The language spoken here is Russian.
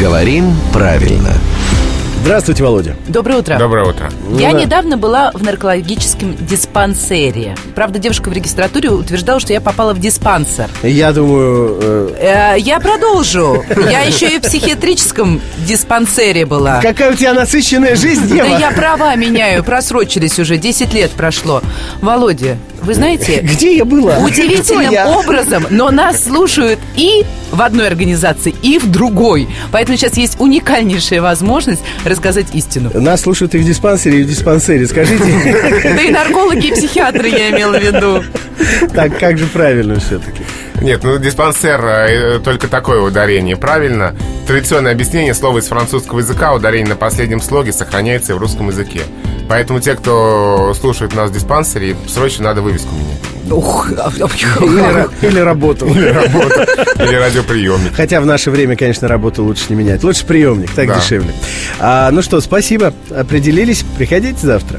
Говорим правильно. Здравствуйте, Володя. Доброе утро. Доброе утро. Я недавно была в наркологическом диспансере. Правда, девушка в регистратуре утверждала, что я попала в диспансер. Я думаю, э, Э, я продолжу. Я еще и в психиатрическом диспансере была. какая у тебя насыщенная жизнь, Да Ева. я права меняю, просрочились уже, 10 лет прошло. Володя, вы знаете, Где я была? удивительным Кто я? образом, но нас слушают и в одной организации, и в другой. Поэтому сейчас есть уникальнейшая возможность рассказать истину. Нас слушают и в диспансере, и в диспансере. Скажите, Да и наркологи, и психиатры я имела в виду. так как же правильно все-таки? Нет, ну диспансер э, только такое ударение, правильно? Традиционное объяснение слова из французского языка, ударение на последнем слоге сохраняется и в русском языке. Поэтому те, кто слушает нас в диспансере, срочно надо вывеску менять. Ух, Или, ра- или работал. Или радиоприемник. Хотя в наше время, конечно, работу лучше не менять. Лучше приемник, так Да. дешевле. А, ну что, спасибо. Определились. Приходите завтра.